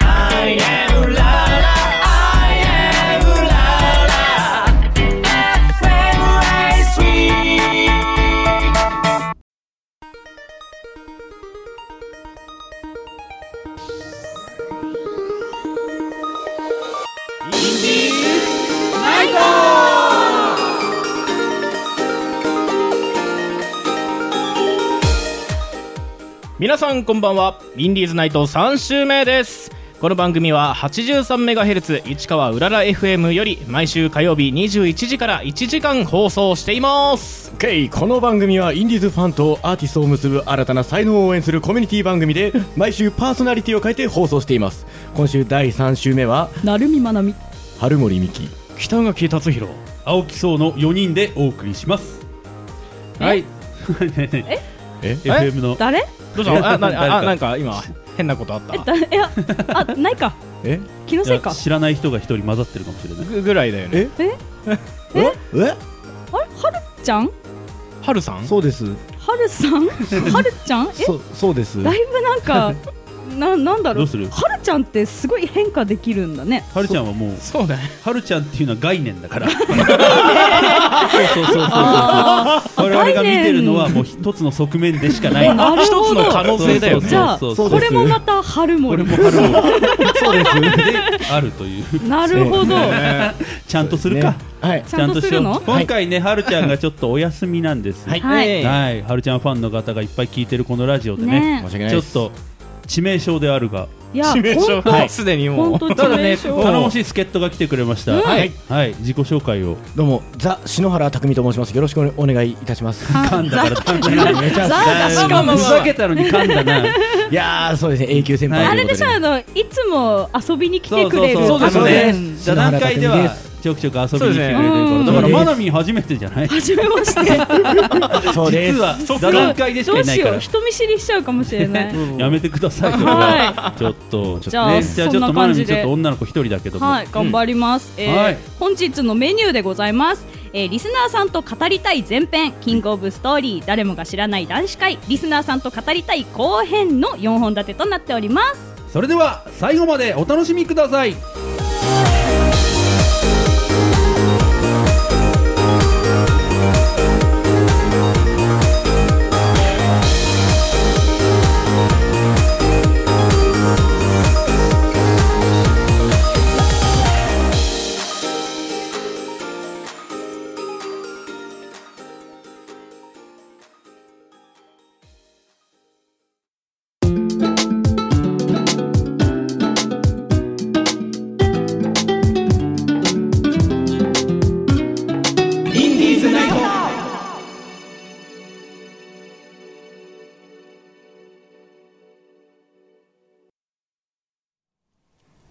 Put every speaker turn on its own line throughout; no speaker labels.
I am la la, I am la la. FM ライスウィーク
皆さんこんばんはインディーズナイト3週目ですこの番組は 83MHz 市川うらら FM より毎週火曜日21時から1時間放送しています
ケイこの番組はインディーズファンとアーティストを結ぶ新たな才能を応援するコミュニティ番組で 毎週パーソナリティを変えて放送しています今週第3週目は
なるみまなみ
春森美希
北垣達弘
青木荘の4人でお送りします。
はい
え
FM の
誰
どうしたあな
誰
あ
か
あなんか今変なことあった
だいやあないか
え
気のせいか
いや知らない人が一人混ざってるかもしれない。
ぐぐらいだよね
え
ええ
あれはるちゃん
はるさん
そうです
はるさんはるちゃんえ
そそうです
だいぶなんかななんだろ
ど
う
うする
はるちゃんってすごい変化できるんだね
はるちゃんはもう、
そうだね
はるちゃんっていうのは概念だから。そうそうそうそう。
あー
我々が見てるのは
概
もう一つの側面でしかない。
なる
一
ほ
つ
ど
の可能性だよね
じゃあ
そうそ
そ
う
こ
う
れもまた春
こ
森
れもはるも。そうです。で、あるという。
なるほど
ちゃんとするか。
はい
ちゃんとするの
ちゃんとしよう今回ね、はるちゃんがちょっとお休みなんです。
はい
はい
ええ
はい、はるちゃんファンの方がいっぱい聞いてるこのラジオで
ね
ね、
申し訳ない
ちょ
で
っ
す
と致命傷であるが、
いや
致命傷
本当
はいすでにも
本
う
当
た
致
だね、
命傷
う
頼もしい助っ人が来てくれました。
はい
はい、自己紹介を。
どうもザ篠原匠と申しますよろしくお願いいたし ます
噛んだ から 噛んだな。
めちゃ
ザー
しかも
ふざけたのに噛ん だ
い
な。
やーそうですね永久先輩
は
あ
い
れでしょあのいつも遊びに来て
そう
く
そう
れる
そう。
そうですよね
あの座談会ではちょくちょく遊びに来てくれてる
そうですね
頃だから
うん
マナミン初めてじゃない。
初め まして
そうです
実は座談会でし
ど
かいうな
し
いか
よう
ら。
人見知りしちゃうかも しれない
やめてください。それ
は
はちょっと
じゃあ
ねじゃあち
そん
ょっ
な
とマ
感
ナミ
じ
ンちょっ
で
と女の子一人だけども。
はい、頑張ります、えー
はい
本日のメニューでございます、えーリスナーさんと語りたい前編キングオブストーリー誰もが知らない男子会リスナーさんと語りたい後編の4本立てとなっております
それでは最後までお楽しみください。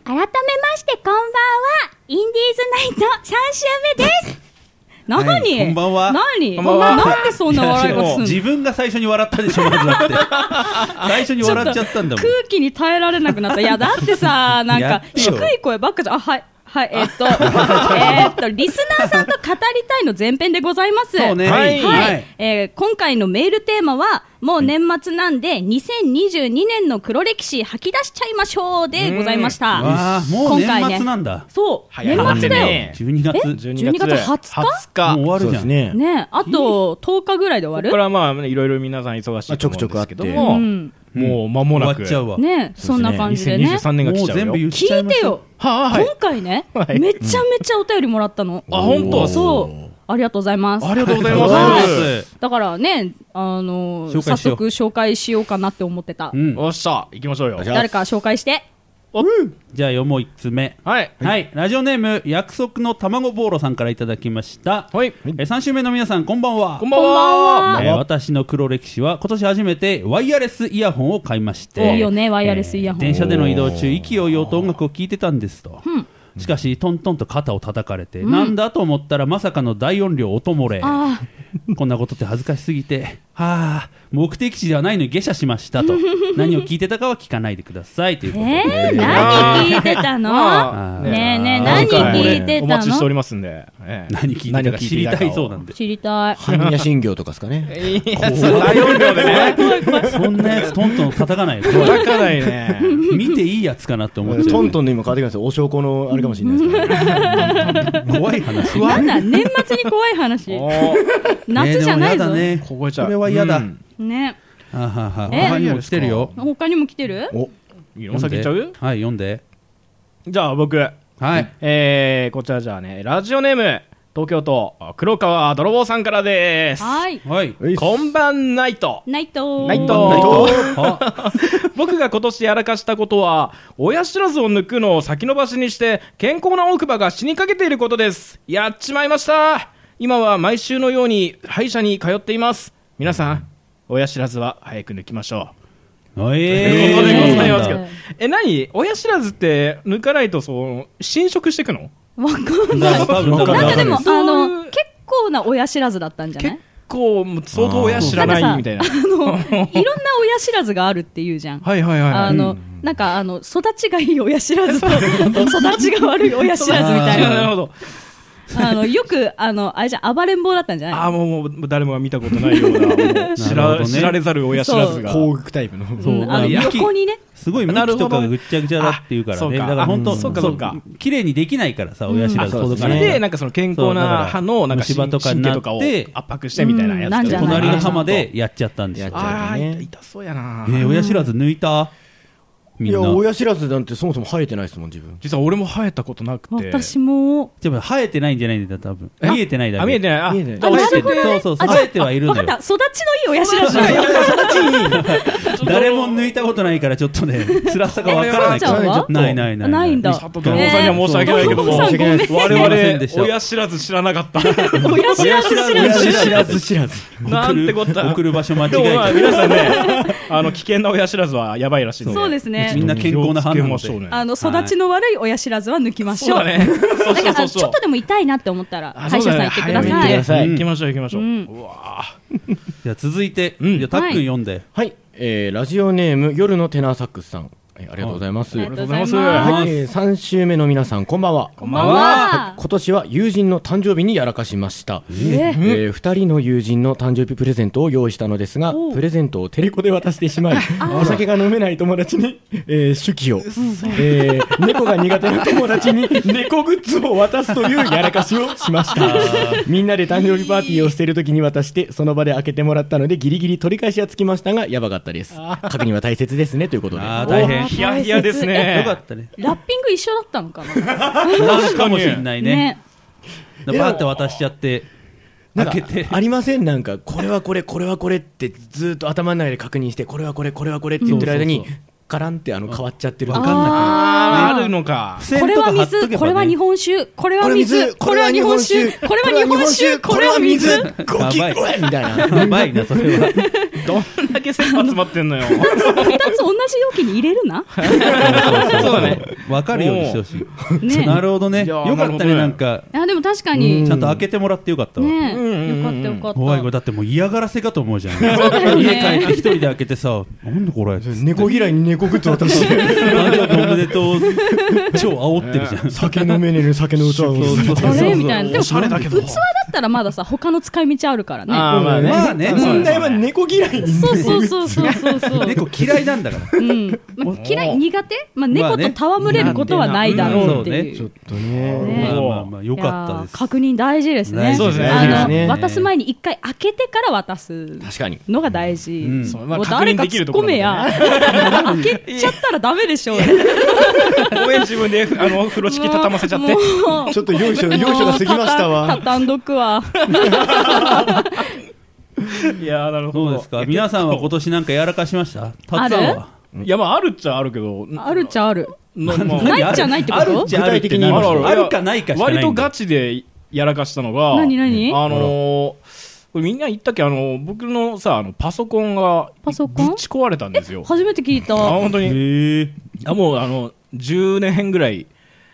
改めましてこんばんはインディーズナイト3週目で す
何、
こんばんは
何
こんばんは
なんでそんな笑いがすんの
自分が最初に笑ったでしょ、まずだって。最初に笑っちゃったんだもん
空。気に耐えられなくなったいやだって さなん
や
か
って
低
よ
い声ばっかじゃんあはいはいえーっ とえーっとリスナーさんと語りたいの前編でございます
そうね。
はい
はい、えー今回のメールテーマは、もう年末なんで、2022年の黒歴史吐き出しちゃいましょうでございました。
わあもう
今回ね
年末なんだ。
そう、
早
年
い
末だよ。
ね
12月。
12月20日
も
日
う終
こ
わ
そう
るじ
で
ゃ
す
ん。
ね
ねあと10日ぐらいで終
れ
わる
はまあいろいろ皆さん忙しいと思うんですけど
まあ
う
も
ん。
もう間も
終
な
わっ
く
ちゃうわ。
ねそんな感じでね。
2023年が
も
来
う
ちゃう
全部言
よ
っ
聞
ちゃい
い
ま
て
しょう。
よ。
はい
今回ね、
はい
めちゃめちゃお便りもらったの。
あ本当
そう。ありがとうございます。
ありがとうござい
ありがとうご
ま
ざい
す
ます。
だからね、あのー
紹
早
介しよう
速紹介しようかなって思ってた
う。ん。
おっしゃ行きましょうよ
誰か紹介して。
じゃあ読もう1つ目。
はい
はい。ラジオネーム、約束の卵ボーロさんからいただきました。
はい
え3週目の皆さん、こんばんは。
こんばんは
えー私の黒歴史は今年初めてワイヤレスイヤホンを買いまして
いいよねワイヤレスイヤホン
電車での移動中勢いようと音楽を聴いてたんですと、しかしトントンと肩を叩かれて、なんだと思ったらまさかの大音量音漏れ
あ
こんなことって恥ずかしすぎてはあ、目的地ではないのに下車しまし たと。何を聞いてたかは聞かないでくださいということで。
えー、何聞いてたの
まあ
ねえ
ね
ねえ、
まあ
何聞いて
お
た
待ちしており
の
ますんで。ええ
何聞いてた
何を
か
聞い
知
てい
り
たかを
たいそうなんで。
知りたい。
般若心経とかです かね。
いや、そう、大音量でね。
そんなやつトントン叩かないよ。
叩かないね。
見ていいやつかなって思っちゃう、ね。
トントンで今変わってきますよ。お証拠のあれかもしれないですからね。
怖い話。
なんだ、年末に怖い話。
おー
夏じゃないぞ。
ね、でもやだね
凍えちゃう。
これは嫌だ。
うん
ね。
あはは
え
他にも来てるよ。
他にも来てる
お、
いいの
読ん
先
で
行っちゃう
はい、読んで。
じゃあ僕、
はい。
えー、こちらじゃあね、ラジオネーム、東京都、黒川泥棒さんからです。
はい。
はい。
えいっす
こんばんないと。
ナイトー。
ナイト
ナイト
ー 僕が今年やらかしたことは親知らずを抜くのを先延ばしにして健康な奥歯が死にかけていることですやっちまいました今は毎週のように歯医者に通っています皆さん親知らずは早く抜きましょう、
え
ということでご
そ
ざ
う
い
な
ま
ん
す
だ
けどえ何親知らずって抜かないとそう侵食していくの
わかんない。
だから多分
わかんない
なんかでも、あ
そういう
の、結構な親知らずだったんじゃな
結
い
構もう相当親知らないみたいな
あの、いろんな親知らずがあるっていうじゃん。
はいはいはいはい
あの、なんかあの、育ちがいい親知らずと、育ちが悪い親知らずみたい
あーな
な。
るほど
あの、よく、あの、あれじゃん暴れん坊だったんじゃない
ああもうもうもう誰もが見たことないようなもう知
なるほ
ら
どね
知られざる親知らずが
攻撃タイプの。
そう
うんあの、
いや
横にね。
すごい向きとかがぐっちゃぐちゃだっていうから
あそう
ね。
か
だから本当、
あそうかそうか
綺麗にできないからさ、親知らず
うんあ
届
そ
か
う
な
れ
い。
すね
でなんかその健康な歯のなんか
そうだから虫歯とか
神
に
経
なっ
と
て
かを圧迫してみたいなやつ
うんなんじゃない
隣の歯までやっちゃったんですよ。
やっちゃ
ああ
ね
痛痛そうやな
えー親知らず抜いたみ
い
んな
や、。親知らずなんてそもそも生えてないですもん、自分。
実は俺も生えたことなくて
私も。
でも生えてないんじゃないんだよ、多分。
え
見えてないだけ。
あ見えてないあ
見えてない
じゃあ俺
生え
知っててる
そうそうそう。
あ
生えてはいる
わ
の
か
よ
った。。育ちのいい親知らずだよ。
誰も抜いたことないからちょっとね辛さがわからない
ちゃんは
ないないない
ないんだ。
佐藤健さんには申し訳ないけども、
えー
佐藤健さん
ごめん
我々親知らず知らなか った
親知らず知らず。
知らず
知らず。
なんてこった
送る場所間違
でもまあ
え
皆さんね あの危険な親知らずはやばいらしいので
そうですね
みんな健康な歯なので
気をつけましょうね
あの、育ちの悪い親知らずは抜きまし
そ
ょ
うだ
う。
ねそう
なん
そう
か
そ
あ
う
ちょ
そ
っ
う
とでも痛いなって思ったら
あ
歯医者さん行ってくだ
そうだね早め
さい。
に行ってくださ
うん
行きましょう行きましょう、
うん
うわー
たじゃあ続いてじゃあたっくん読んで
はい、えーラジオネーム夜のテナーサックスさん、はいありがとうございます。
あ
は
り
い
が
り
と
がとうございますす。
えー
うございま
三週目の皆さんこんばんは。
こんばんは
今年は友人の誕生日にやらかしました。え
え
ー二人の友人の誕生日プレゼントを用意したのですが
おう、
プレゼントをテレコで渡してしまい、お酒が飲めない友達に、えー手記を、えー猫が苦手な友達に猫グッズを渡すというやらかしをしました。みんなで誕生日パーティーをしている時に渡して、その場で開けてもらったので、ギリギリ取り返しはつきましたが、やばかったです。確認は大切ですね、ということで。
あー大変
お
よ
ヒヤヒヤですね
かったね
ラッピング一緒だったのかな
なるかもしれないね
ね。
バーって渡しちゃって
なん
開
か
けて
ありませんなんかこれはこれこれはこれってずっと頭の中で確認してこれはこれこれはこれって言ってる間
うん
に
そう
カランってあの変わっちゃってる
わかん
あ
な
あーあるのか
く
これは水、これは日本酒、これは水、これは日本酒、これは日本酒、これは水。
ゴキ
やばい
ゴエみたいな
やばいなそれは
どんだけ切羽詰まってんのよ
二つ同じ容器に入れるな。
そうだね
分かるようにしてほしい
ね
なるほどね
いや
よ
ー
か
なる
っ
ほ
た
ど
ね
ね
なんか
あ、でも確かに。
ち
ね
ゃんと開けてもらってよかったわ
よかったよかった。
怖いこれだってもう嫌がらせかと思うじゃん家帰って一人で開けてさなんでこれ
猫嫌いに猫グッズ渡して
誕生日おめでとう超煽ってるじゃん
酒飲めねる酒の器を
あれみたいな。でも、
おしゃれだ
器
け
だ
ど
ったらまださ、他の使い道あるからね。
あーまあね
まあね
問題は猫嫌いに
そうそうそうそうそうそう。
猫嫌いなんだから
うん、まあ嫌い苦手、まあ、
ま
猫
あ
と
ね
戯れることはないだろうっていう。
そう
ちょっとね
ま
ね
あまあまあよかった
いやー
です
確認大事ですね。
大事ですね
あの
大事ですね
渡す前に一回開けてから渡す
確かに
のが大事。
ん
そうまあ
もう
確
誰
認
か
でき
突っ
るとこ
込
ろ
めや。開けちゃったらダメでしょうね。
応援自分であの風呂敷畳ませちゃって
もう
ちょっと用意書用意書が過ぎました
もうたた
わ
畳んどくわ。
いやーなるほ
ど
ど
うですか皆さんは今年なんかやらかしましたたっさんはい
やまああるっちゃあるけど
あるっちゃある。
なまあ
何
ないっちゃないってこと
あるっちゃあるって何
ある
あるかないかしかない
割
んだ
とガチでやらかしたのが
何何
あのーこれみんな言ったっけあの僕のさあのパソコンが
パソコン
ぶち壊れたんですよ
初めて聞いた。
あ本当にあもうあの10年ぐらい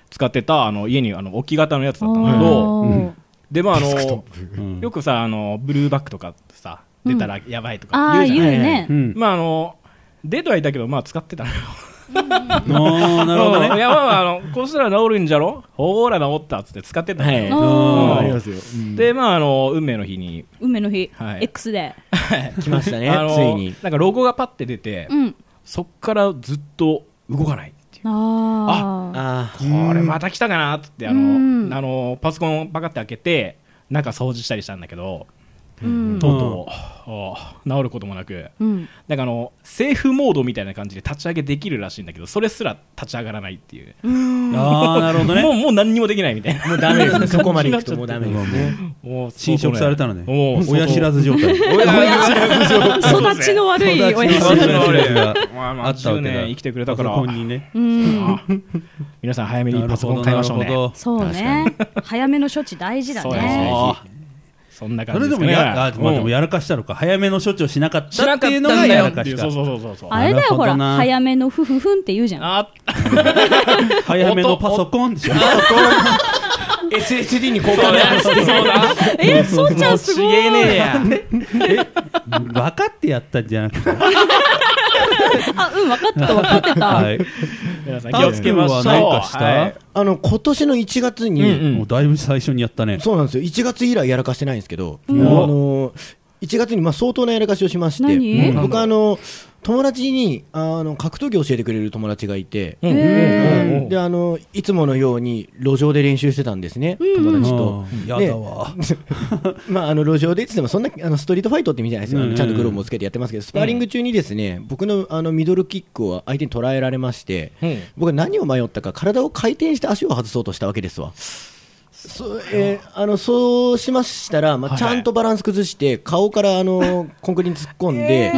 使ってたあの家にあの置き型のやつだったんだけど
あー
でまああの
うん
よくさあのブルーバックとかさ出たらやばいとか
ああ
言うじゃ
言
ん、
う
はいはいはい
ね
うん。
まああのデートはいたけどまあ使ってたのよ
あーなるほど
うんい
ね。
やまあまああのこうしたら治るんじゃろほーら治ったっつって使ってたのよ、
はい
あ
あ
ー
りますよ。うん
でまああの運命の日に
運命の日
はい
X で
来ましたね
あの
ついに
なんかロゴがパッて出て、
うん
そっからずっと動かないっていう
ああ
あ
これまた来たかなっつってあの、
うん
あのパソコンをパカって開けて中掃除したりしたんだけど、
うん
とうとうお治ることもなく
うん
なんかあのセーフモードみたいな感じで立ち上げできるらしいんだけどそれすら立ち上がらないっていう、
ああ、なるほ
も
ど
う
ね。
もう何にもできないみたいな
もうダメですねそこまで行くともうダメですね
もう
侵食されたのね。
もう
親知らず状態。
親
育ちの悪い親父
知らず
親知らず
まあま
あ
あ
ったわ
10
けだ。
年生きてくれたか
パソコ
ら
ンにね。
うん
皆さん早めにパソコン買いま
なる
しょう
ほ
ね
ど。
そうね早めの処置大事だ
そうです
ね
ね
あ
そんな感
そ
じ
れ
で
ですも
かね
や、あでもでもやらかしたのか。早めの処置をしなかったっていうのがやらかし
そ
た
う。そうそうそうそう
あれだよほら
なるほどな
早めのふふふんって言うじゃん
あ
早めのパソコンでしょ。
SSD に交換だ
そうだ
えそうちゃんすご
ち
い
げえねえや
分かってやったんじゃなくて。
あうん分かった分かってた
はい。
皆さん気をつけましょう
タオ君は何かした
はい
あの今年の1月に、
うんうん
もうだいぶ最初にやったね。
そうなんですよ1月以来やらかしてないんですけど、
ん
あの1月にまあ相当なやらかしをしまして
何
うん僕はあの友達にあの格闘技を教えてくれる友達がいて、
うん
へ
うん
であのいつものように路上で練習してたんですね、友達と。
うんやだわ。
まあ、あの路上でいつでもそんなあのストリートファイトって意味じゃないですよ、
うんうん
ちゃんとグローブをつけてやってますけど、スパーリング中にですね僕のあのミドルキックを相手に捉えられまして、
うん
僕は何を迷ったか、体を回転して足を外そうとしたわけですわ。そうえーあのそうしましたら、まあ、
はい
ちゃんとバランス崩して、顔からあのコンクリに突っ込んで、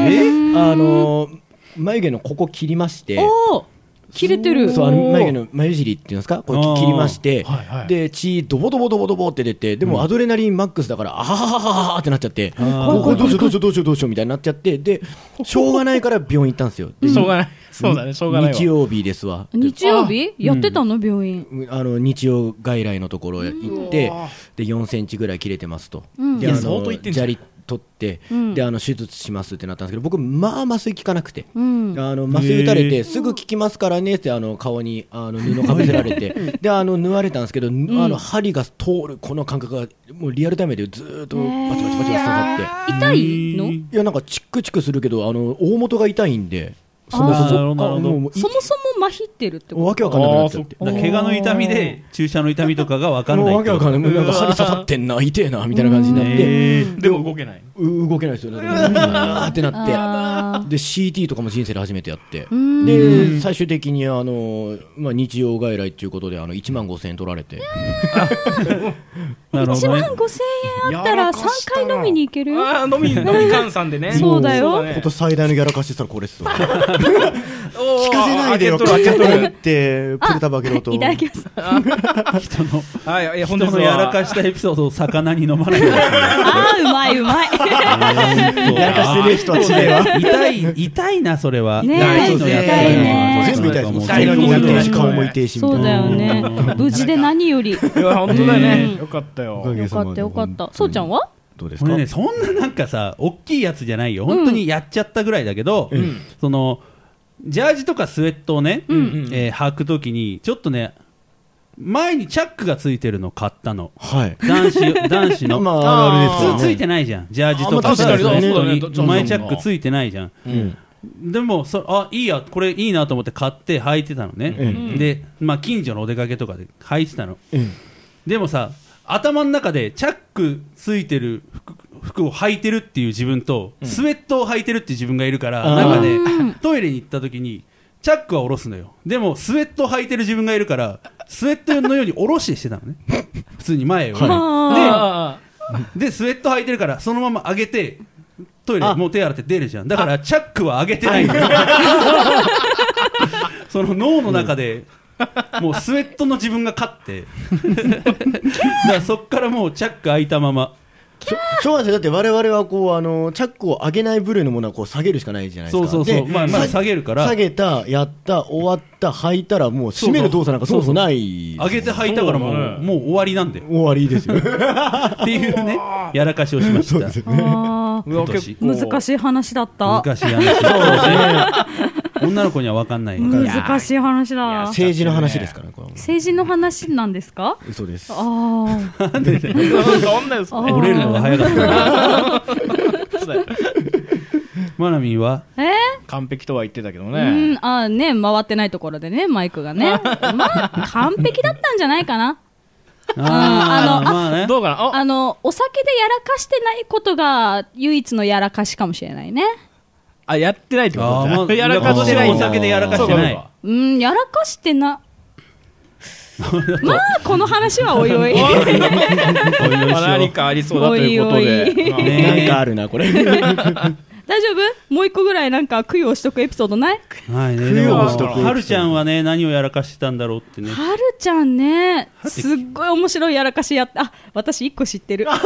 あの眉毛のここ切りまして。
おー切れてる
そうあの眉毛の眉尻っていうんですかこれ
あー
切りまして、
はいはい
で血ドボドボドボドボって出てでもアドレナリンマックスだから、あはははははってなっちゃってここどうしようどうしようどうしようどうしようみたいになっちゃってでしょうがないから病院行ったんですよで
しょうがないそうだねしょうがないわ
日曜日ですわ
日曜日やってたの病院
あの日曜外来のところへ行ってで4センチぐらい切れてますと、
ん
で
い
あ
や
の
相当いってんじゃ
砂
ん
利取って、
ん
であの手術しますってなったんですけど僕まあ麻酔効かなくて、
うん
あの麻酔打たれてすぐ効きますからねってあの顔にあの布かぶせられてであの縫われたんですけど、あの針が通るこの感覚がもうリアルタイムでずーっとバチバチバチバチ刺さって、
痛いの
いやなんかチックチックするけどあの大元が痛いんでそもそ
あーなる
も
ほど
あもう
そもそも麻痺ってるってこ
わけわかんなくなっちゃって
あーそっ。
だから怪我の痛みで注射の痛みとかが分かんない
もうわけわかんない。もうなんか針刺さってんな、痛えな、みたいな感じになって、
でも動けないう
動けないですよ。だから、うわーってなって。で、CT とかも人生で初めてやって。で、最終的に、あの、まあ、日曜外来っていうことで、あの、1万5千円取られて。
と
なるほ
1
ど
万
ね
5000円あったら3回飲みに行けるよ
あー飲み飲み換算でね
そうだよ
ね
今年最大のギャラ化してたらこれっすよ。聞
おー
かせないでよ、
開け
聞け
とる開け
とって、プレタバケロと。
いただきます
人の
とるはいいや
人
本当にそ
の
う
やらかしたエピソードを魚に飲まないでほしい
ああうまいうまい
やらかしてる人は
知れ
痛い痛いなそれは
ねえ
痛いのやったら
痛いね
全部痛いです。
痛いの
も
に
う
痛いのに
手も痛いし、顔も痛いし、み
そ
た
う
い
だ
な。
よね無事で何 よりよ
いや本当だよ
ね
ねよかったよ
げさ
か
まで
ったよかった
本当に
そうちゃんは
どうです
こ
か
れねそんななんかさ大きいやつじゃないよ本当にやっちゃったぐらいだけど、そのジャージとかスウェットをね、えー履くときにちょっとね前にチャックがついてるの買ったの
はい。
男 子男子の、
まあ、あるあるですよ
普
ね
通ついてないじゃんジャージと
あま
か
あ
スウ
確かに
ェ
そうだね
ッ
ど
ト
ど
に前チャックついてないじゃん
うん
でもそあいいやこれいいなと思って買って履いてたのね、
う
で、まあ、近所のお出かけとかで履いてたの
うん
でもさ頭の中でチャックついてる服服を履いてるっていう自分と、スウェットを履いてるっていう自分がいるから
あー
中でトイレに行った時にチャックは下ろすのよでもスウェットを履いてる自分がいるからスウェットのように下ろしてしてたのね普通に前を、
あ
でスウェット履いてるからそのまま上げてトイレもう手洗って出るじゃんだからチャックは上げてないんだよ その脳の中で、もうスウェットの自分が勝ってだからそっからもうチャック開いたまま
そうそうなんですよだって我々はこうあのチャックを上げない部類のものはこう下げるしかないじゃないです
そう
か
そうそう
で
まあまあ
さ
下げるから
下げたやった終わった履いたらもう締める動作なんかそもそもない
上げて履いたからもう,、
そうだね
もう終わりなんで
終わり ですよ
っていうねやらかしをしまし
そう
た
ですよね
あー
今 年
難しい話だった。
昔やらかし女の子には分かんない
難しい話だ。
政治の話ですからこれはも
政治の話なんですか
う嘘です
ああ。
そんなんです
あー
ね
折れるのが早かったマナミンは
え
完璧とは言ってたけど
う
ね
ん、あーね、回ってないところでね、マイクが ね。まあ、完璧だったんじゃないかな。
あー
あのあ
まあね
どうかなあ
あの、お酒でやらかしてないことが唯一のやらかしかもしれないね。
あやってないってこと
あーまあ
やらかしてない
お酒でやらかしてな
そ
い
うか
うん、やらかして な。まあ、この話はおい おい。
そうかまあ何かありそうだということ
おいお
で
い
まあ
ね
なんかあるな これ
大丈夫もう一個ぐらいなんか供養しとくエピソードない
はいね
供
でも
養
しと
く
はるちゃんはね何をやらかしてたんだろう ってね
はるちゃんね、すっごい面白いやらかしやった。あ、私一個知ってる。
おっ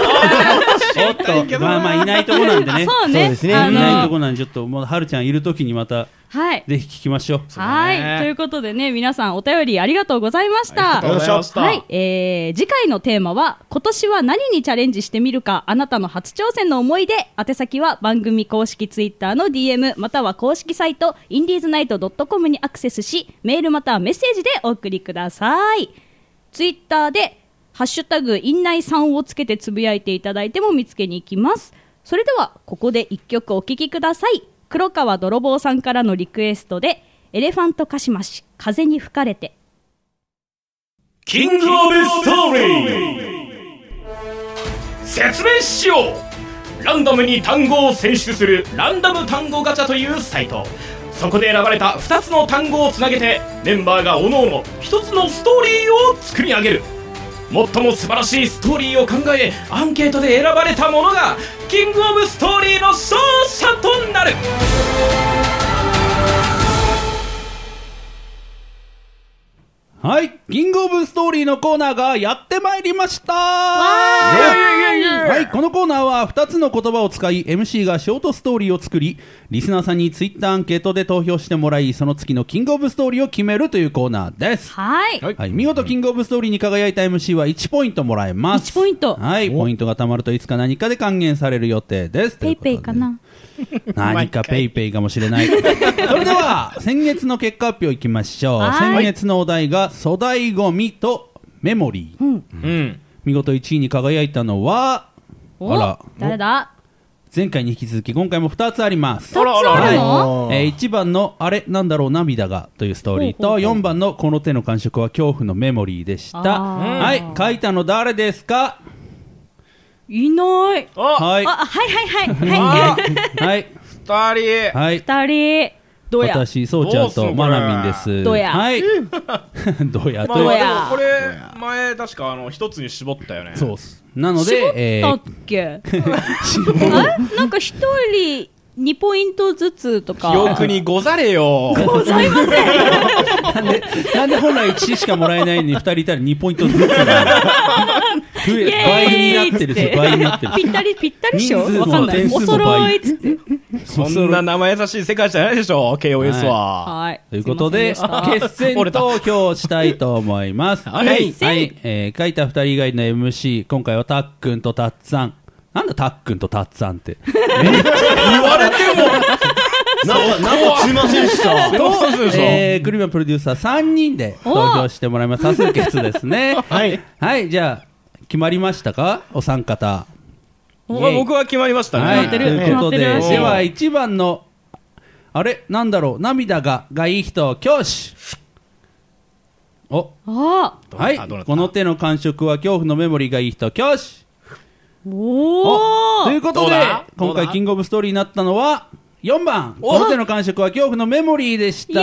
とまあまあいないとこなんで ね
そう
そう
ね
で。すね
あ
いないと
の、
こなんでちょっともうはるちゃんいるときにまた
はい。
ぜひ聞きましょう
はい。ということでね、皆さんお便りありがとうございました。
ありがとうございました
はい。えー、次回のテーマは、今年は何にチャレンジしてみるか、あなたの初挑戦の思い出。宛先は番組公式ツイッターの DM、または公式サイト、インディーズナイト .com にアクセスし、メールまたはメッセージでお送りください。ツイッターで、ハッシュタグ、院内さんをつけてつぶやいていただいても見つけに行きます。それでは、ここで一曲お聴きください。黒川泥棒さんからのリクエストで、エレファントカシマシ、風に吹かれて。
キングオブストーリー説明しようランダムに単語を選出するランダム単語ガチャというサイトそこで選ばれた2つの単語をつなげてメンバーが各々1つのストーリーを作り上げる最も素晴らしいストーリーを考えアンケートで選ばれたものがキングオブストーリーの勝者となる
はいキングオブストーリーのコーナーがやってまいりましたはい、このコーナーは2つの言葉を使い MC がショートストーリーを作りリスナーさんにツイッターアンケートで投票してもらいその月のキングオブストーリーを決めるというコーナーです、
はい。
はい見事キングオブストーリーに輝いた MC は1ポイントもらえます
1ポイント
はいポイントがたまるといつか何かで還元される予定です
ペイペイかな
何かペイペイかもし れない。それでは、先月の結果発表いきましょう。
は
先
い
月のお題が、粗大ゴミとメモリー。
うん
見事1位に輝いたのは、
お
あら
誰だ
前回に引き続き、今回も2つあります。
二つあるの
おー
えー1番の「あれなんだろう涙が」というストーリー
ほ
と4番の「この手の感触は恐怖のメモリー」でした
あー
はい書いたの誰ですか
いない。
あ
はい
あ、はいはいは い。は
はい
2人
はい
い。二人。どうや
私そうちゃん
どうすん
と
の
マナミンです
どうや
はい どうや
まあどうや
これ前確かあの一つに絞ったよね
そうっす。なの
絞っ
で、え
たっけあ れなんか一人2ポイントずつとか。
記憶にござれよ。
ございません。
ーなんで、なんで本来1しかもらえないのに2人いたら2ポイントずつなの 増
イ
え、
エ
倍に
ーイ
なってるし、倍になってる
ぴったりぴったりっしょ
人数も
わかんない。
点数
お
も倍
揃いっつって。
そんな生優しい世界じゃないでしょ、KOS は。
はい。
ということで、
すいませんした
決戦投票をしたいと思い ます。はいい。はい。えー書いた2人以外の MC、今回はたっくんとたっさん。なんだたっくんとたっさんって。
言われても、
なんかなんかすいませんでした
どうするでしょ。
えー、クリマプロデューサー3人で投票してもらいます。多数決で すね。
はい
はい、じゃあ、決まりましたかお三方。
まあ僕は決まりました
はい、と
ね。
いうことで、
決まってる
では1番の、あれなんだろう涙が、がいい人、教師お、
ああ。
はい
どうなった、
この手の感触は恐怖のメモリーがいい人、教師
お
おとい
ー
うこと
どう
で
だ、
今
どう
回
だ
キングオブストーリーになったのは、 4番「ロテの感触は恐怖のメモリー」でした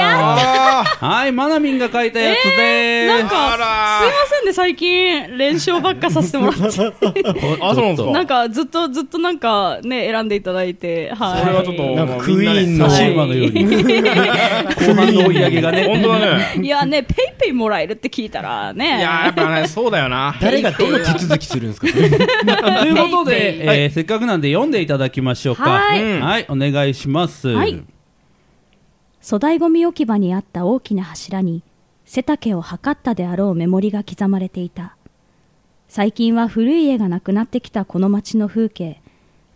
はいマナミンが書いたやつで
な
す
んか、すいませんね、最近、連勝ばっかさせてもら って。
あ、そうなんですか。
なんか、ずっと、ずっとなんか、ね、選んでいただいて、はい。
それはちょっと、
なんかクイーンの
シルバーのように後半の追い上げがね
本当だね。
いやね、ペイペイもらえるって聞いたら
い
ね。
やーやっぱね、そうだよな。
誰がどの手続きするんですか
ということ
ペイペ
で、えーせっかくなんで読んでいただきましょうか
はい
はいお願いします
はい粗大ごみ置き場にあった大きな柱に背丈を測ったであろう目盛りが刻まれていた最近は古い家がなくなってきたこの町の風景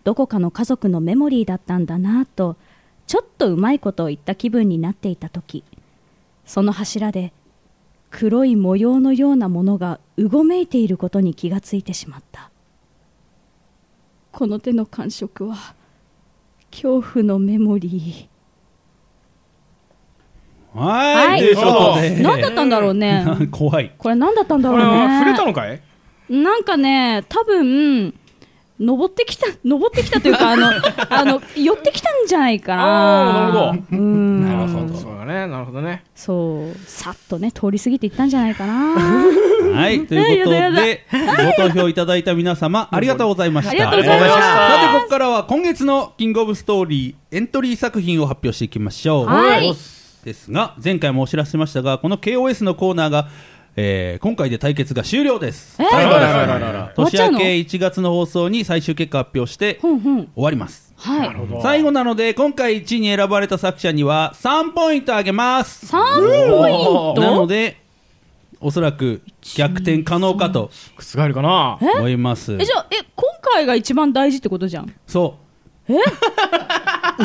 どこかの家族のメモリーだったんだなぁとちょっとうまいことを言った気分になっていた時その柱で黒い模様のようなものがうごめいていることに気がついてしまったこの手の感触は恐怖のメモリー
はいということで
何だったんだろうね
怖い
これ何だったんだ
こ
ろう
れ
ね
は触れたのかい
なんかね多分登ってきた登ってきたというかあの あの寄ってきたんじゃないかな
あーなる
ほどうん
なるほど。そうだね、なるほどね。
そうさっとね通り過ぎていったんじゃないかな
はい、ということ
やだや
で、ご投票いただいた皆様、ありがとうございました。
ありがとうございました
さて、ここからは今月のキングオブストーリーエントリー作品を発表していきましょう。
はい
ですが、前回もお知らせしましたが、この KOS のコーナーが、えー今回で対決が終了です。
えー
最後です
あららららら
終わっ
年
ちゃうの
明け1月の放送に最終結果発表して、
う
終
んうん
わります。
はい
最後なので、今回1位に選ばれた作者には3ポイントあげます。
3ポイン
お
なの
ト
で、おそらく逆転可能かと
覆るかな
え
思います
え。じゃあえ今回が一番大事ってことじゃん
そう。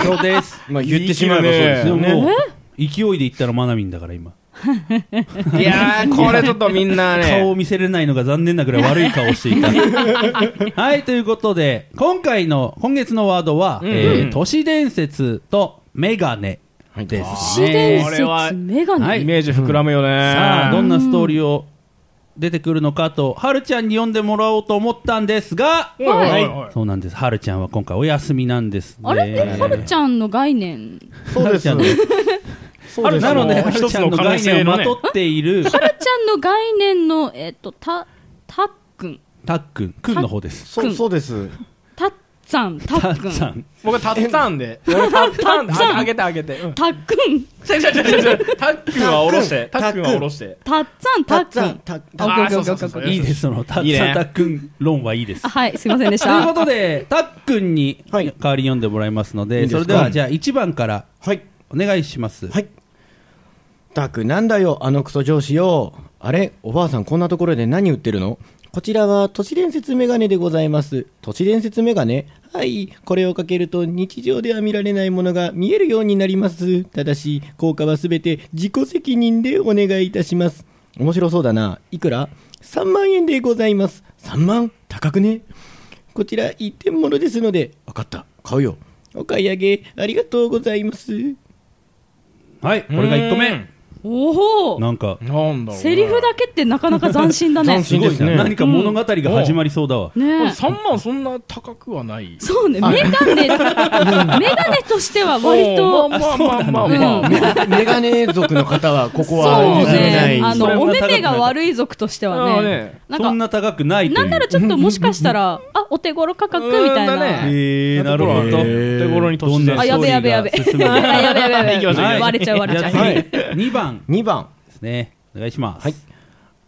そうです。
まあ言ってしまえばそうです
で
よ
も
ね。
もう勢いで言ったらマナミンだから今。
いやー、これちょっとみんな
顔
ね
を。見せれないのが残念なぐらい悪い顔をし ていた。はい、ということで、今回の、今月のワードは、えー都市伝説とメガネです。
自然
これは
説メガネ、
はい
イメージ膨らむよね。
さあ、どんなストーリーを出てくるのかと、はるちゃんに読んでもらおうと思ったんですが、
おいおいおい
そうなんです。はるちゃんは今回お休みなんですね。
あれえはるちゃんの概念
そうです。
はるちゃんの
そうです
なので、
もう
はる
一つ
ちゃん
の
の
可能
概
性
念を
の
ま
ね
とっている、
はるちゃんの概念のえっ、とたたっくん
たっくん、くんの方です。
そうそうです。
たっつぁんた
た
っ
っ
くん
さん。
僕、たっさんで。俺、たっさんで。
たっさん
ああげてあげて。うん
たっくん
違う違う違う違う。たっくんはおろして。た
た
っ
っ
く
く
ん
ん
はおろして。
たっつぁんた
た
っくん
たた
あーそうそうそうそう
いいです、その、たっ
いい
さ
ね
ん、たっくん論はいいです
あ。はいすいませんでし
という
た
ことで、たっくんに代わ
はい
りに読んでもらいますので、
いいです
そ
か
れでは、じゃあ1番から
はい。
お願いします。
はい。ったく、なんだよ、あのクソ上司よ。あれ、おばあさん、こんなところで何売ってるのこちらは都市伝説メガネでございます。都市伝説メガネはい。これをかけると日常では見られないものが見えるようになります。ただし、効果はすべて自己責任でお願いいたします。面白そうだな。いくら ?3 万円でございます。3万高くねこちら一点物ですので、わかった。買うよ。お買い上げありがとうございます。
はい、これが1個目。
おお
なんか、
なんだろうな。
セリフだけってなかなか斬新だね
すごいな。何か物語が始まりそうだわ。
これ
ねえ
3万そんな高くはない。
そうねメガネメガネとしては割と
おーまあまあまあまあまあ。
メガメガネ族の方はここ
そ
は
う
譲れない
ねあ
それ
の
は
お
高
目
くない
目が悪い族としては
あー
ね
ね
なん
そ
か
んな高くないという。
なんならちょっともしかし たらあお手頃価格みたい
うんだ
な
ね
へーなるほど。
手頃に
ど
突
んな
あ
ス
然。
ト
やべ
ーリ
やべや
ー
べ
が進む
あ
のか。
やべやべやべ
行きましょう
はい
割れちゃう割れちゃう
じゃあ次、2番
2番
ですね。お願いします。
はい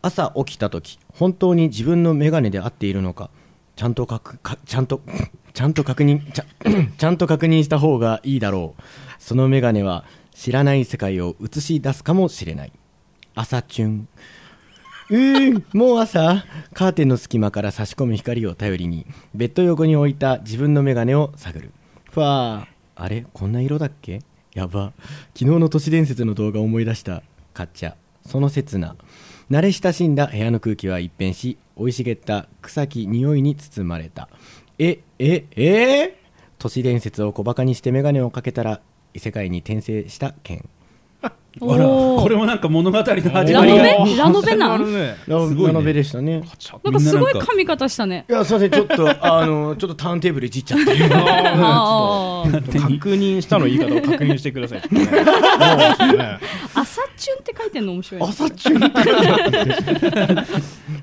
朝起きた時本当に自分のメガネで合っているのかちゃんとかくかちゃんと ちゃんと確認ちゃ ちゃんと確認した方がいいだろうそのメガネは知らない世界を映し出すかもしれない朝チュンうーんもう朝カーテンの隙間から差し込む光を頼りにベッド横に置いた自分のメガネを探るふわーあれこんな色だっけやば昨日の都市伝説の動画を思い出したかっちゃその刹那慣れ親しんだ部屋の空気は一変し生い茂った草木匂いに包まれたえええー都市伝説を小バカにしてメガネをかけたら異世界に転生した剣
あら
おー
これもなんか物語の始
ラ
まり
ノ
が
ベラノベな
始ま
ん
るね
ラ
すごいね
ラノベでしたね。
なんかすごい噛み方したね
いや、すいません、ちょっ と、あの、ちょっとターンテーブルいじっちゃって。
あー
確認したの言い方を確認してください。
朝チュンって書いてんの面白い ね
朝中 に。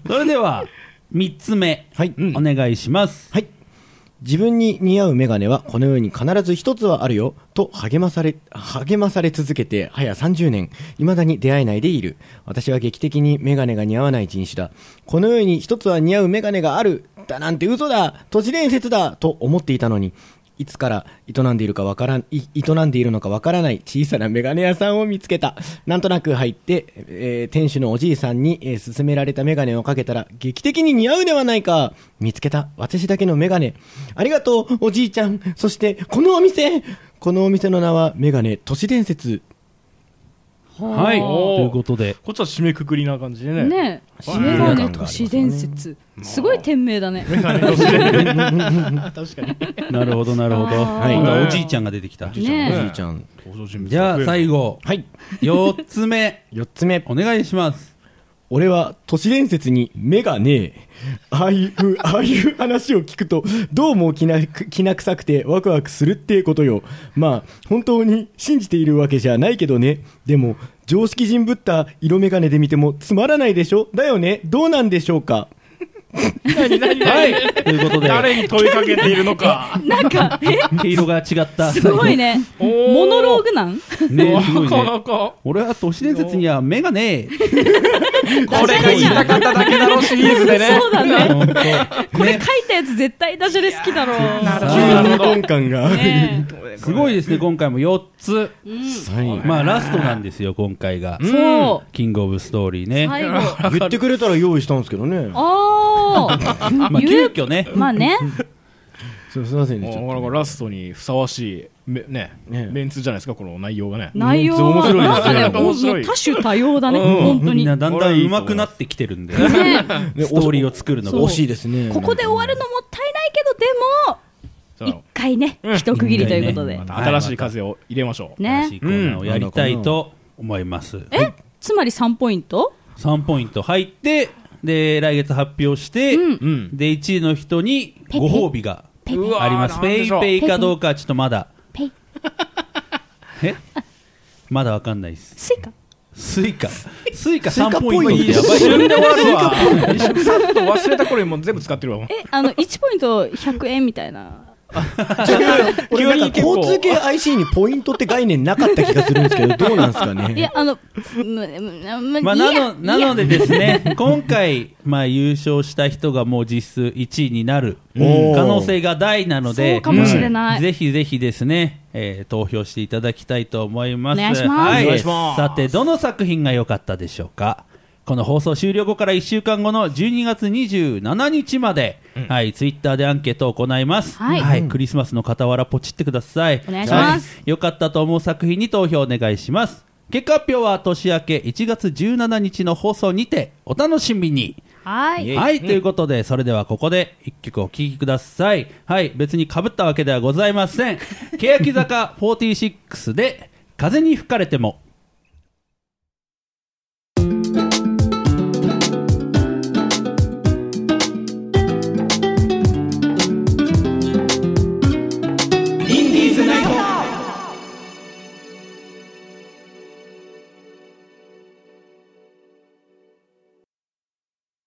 それでは3つ目、
はい
お願いします
はい。自分に似合うメガネはこの世に必ず一つはあるよと励まされ、励まされ続けて早30年、未だに出会えないでいる。私は劇的にメガネが似合わない人種だ。この世に一つは似合うメガネがある。だなんて嘘だ都市伝説だと思っていたのに、いつから営んでいるかわからん、い営んでいるのかわからない小さなメガネ屋さんを見つけた。なんとなく入って、えー店主のおじいさんに、えー勧められたメガネをかけたら、劇的に似合うではないか。見つけた。私だけのメガネ。ありがとう、おじいちゃん。そして、このお店このお店の名は、メガネ都市伝説。
はいということで
こっちは締めくくりな感じでね。
ねえ
はい
メガネ都市伝説すごい店名だね
メガネとして。確かに。
なるほどなるほど
はい
今度はおじいちゃんが出てきた
ね
おじいちゃん。
じゃあ最後
はい。
4つ目
四つ目。
お願いします
俺は都市伝説に目がねえ。ああいう、ああいう話を聞くと、どうもきな、きな臭くてワクワクするってことよ。まあ、本当に信じているわけじゃないけどね。でも、常識人ぶった色眼鏡で見てもつまらないでしょだよねどうなんでしょうか
はいということで
誰に問いかけているのか。
なんかえ
毛色が違った
すごいね
おー
モノローグなん
ねすごい
なかな
ね
か。
俺は都市伝説には目がね
これが言いたかっただけだろシリーズでね。
そうだ
え
ね
本
これ
当
書
ね
いたやつ絶対ダジャレ好きだろう
る
急
な
に
るほど
根感が。
ね
すごいですね今回も4つ
はい。
まあラストなんですよ今回が
えそ
キングオブストーリー
う
ね
最後
言ってくれたら用意したんですけどね。
ああ
まあ急遽ね
まあね
すすいませんね。ちょっ
もう
と
なんかラストにふさわしいめね
ね
メンツじゃないですかこの内容がね。
内容
面
は
白いですね
なんかね
なんか面白い
もう多種多様だね
うん
本当
みん
に
な
ね
だんだん上手くなってきてるんでストーリーを作るのが
そう
惜しいですね。
ここで終わるのもったいないけどでも
そう
一回ね一区切りということで
うん
新しい風を入れましょう。
新
ね
しいコーナーをやりたいと思います
えつまり3ポイント
3ポイント入ってで来月発表して、
ん
で1位の人にご褒美が
ペうわー
あります
なん
ペ
で
イ
しょう
ペイかどうかはちょっとまだ
ペイ
えまだわかんないです
スイカ
ス イカスイカ3ポイントって
一
やばいよ
瞬で終わるわ。さっと忘れた頃にもう全部使ってるわ。
えあの1ポイント100円みたいな
急に結
俺なんか
構
交通系 IC にポイントって概念なかった気がするんですけど、どうなんですかね。
いやあのむむ
まあ、
い
な
や
のなのでですね 今回、まあ、優勝した人がもう実質1位になる可
おー
能性が大なので
そうかもしれない
うんぜひぜひですね、えー投票していただきたいと思います
お願いします
はい
お願いします
さてどの作品が良かったでしょうかこの放送終了後から1週間後の12月27日まで、はい、ツイッターでアンケートを行います、
はい
クリスマスの傍らポチってください
お願いします
はい良かったと思う作品に投票お願いします結果発表は年明け1月17日の放送にてお楽しみに
は
はいい、ということでそれではここで一曲お聴きくださいはい別にかぶったわけではございません欅坂46で「風に吹かれても」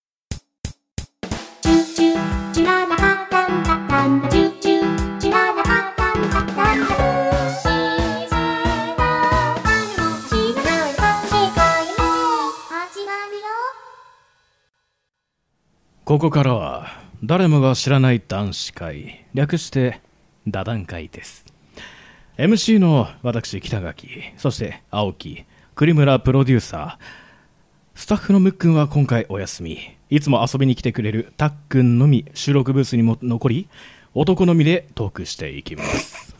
チューチューチュララハタンタタンタチューチューチュララハタンタタンタ牛座のパンの知らない感じかいも始まるよ
ここからは誰もが知らない男子会略して打談会です MC の私北垣そして青木栗村プロデューサースタッフのムックンは今回お休みいつも遊びに来てくれるたっくんのみ収録ブースにも残り男のみでトークしていきます